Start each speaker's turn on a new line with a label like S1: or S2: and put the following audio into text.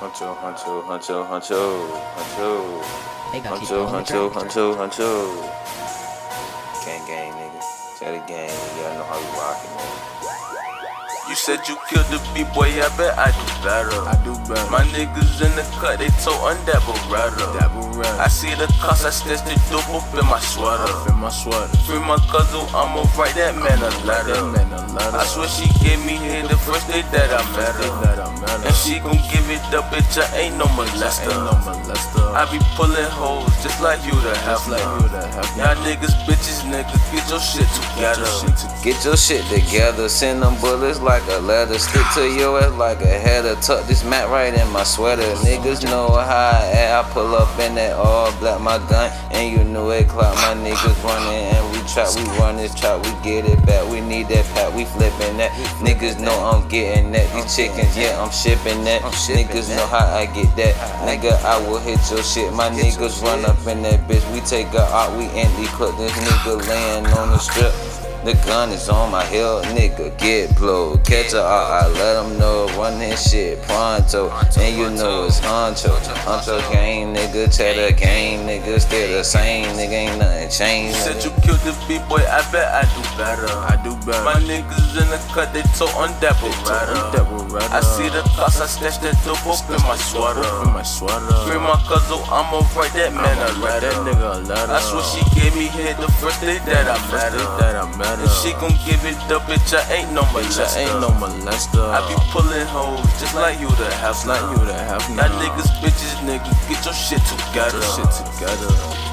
S1: Huncho, huncho, huncho, huncho, huncho,
S2: They gonna keep
S1: huncho,
S2: on the
S1: huncho,
S2: track.
S1: huncho, huncho. Gang, gang, nigga. Tell the gang, y'all know how you rockin', man. You said you killed the b-boy, I bet I do better.
S3: I do better.
S1: My niggas in the cut, they tow on that beretta.
S3: Dabble
S1: I
S3: rap.
S1: see the cost, I stitch the dope up in my sweater.
S3: Up in my sweater.
S1: Free my cousin, I'ma write that man a
S3: That
S1: letter.
S3: man a letter.
S1: I swear she gave me hit the first day that I met her.
S3: that I met her.
S1: And she gon' give it up, bitch, I ain't no
S3: Just ain't
S1: molester.
S3: no molester.
S1: I be pullin' hoes just like you the
S3: just like you
S1: heifer.
S3: that have
S1: Y'all niggas, bitches, nigga, get your shit
S3: Get
S1: together.
S3: your shit together.
S4: Get your shit together, send them bullets like a letter, stick to your ass like a header, tuck this mat right in my sweater. Niggas know how I act, I pull up in that all black, my gun, and you know it clock. My niggas running and we trap, we run this trap, we get it back, we need that pack, we flipping that. Niggas know I'm getting that, these chickens, yeah, I'm shipping that. Niggas know how I get that, nigga, I will hit your shit. My niggas run up in that bitch, we take her out, we empty clip, this nigga laying on the strip. The gun is on my hill, nigga, get blow. Catch her out, I let him know, run this shit pronto. And you know it's honcho. Honcho gang, nigga, cheddar gang, nigga, still the same, nigga, ain't nothing changed.
S1: You said
S4: nigga.
S1: you killed the b-boy, I bet I do better.
S3: I do better.
S1: My niggas in the cut, they tow on that beretta.
S3: Double rap.
S1: I see the cost, I stash that dope up in my
S3: In
S1: sweater.
S3: my sweater.
S1: Free my cousin, I'ma write that man a
S3: Write
S1: letter.
S3: that nigga a letter.
S1: I swear she gave me hit the first day that I met
S3: First day
S1: her.
S3: that I met her.
S1: And she gon' give it up, bitch, I ain't no
S3: Bitch, I
S1: molester.
S3: ain't no molester.
S1: I be pullin' hoes just like you to have
S3: like you that have
S1: Y'all niggas, bitches, nigga, get your shit
S3: Get
S1: together.
S3: your shit together.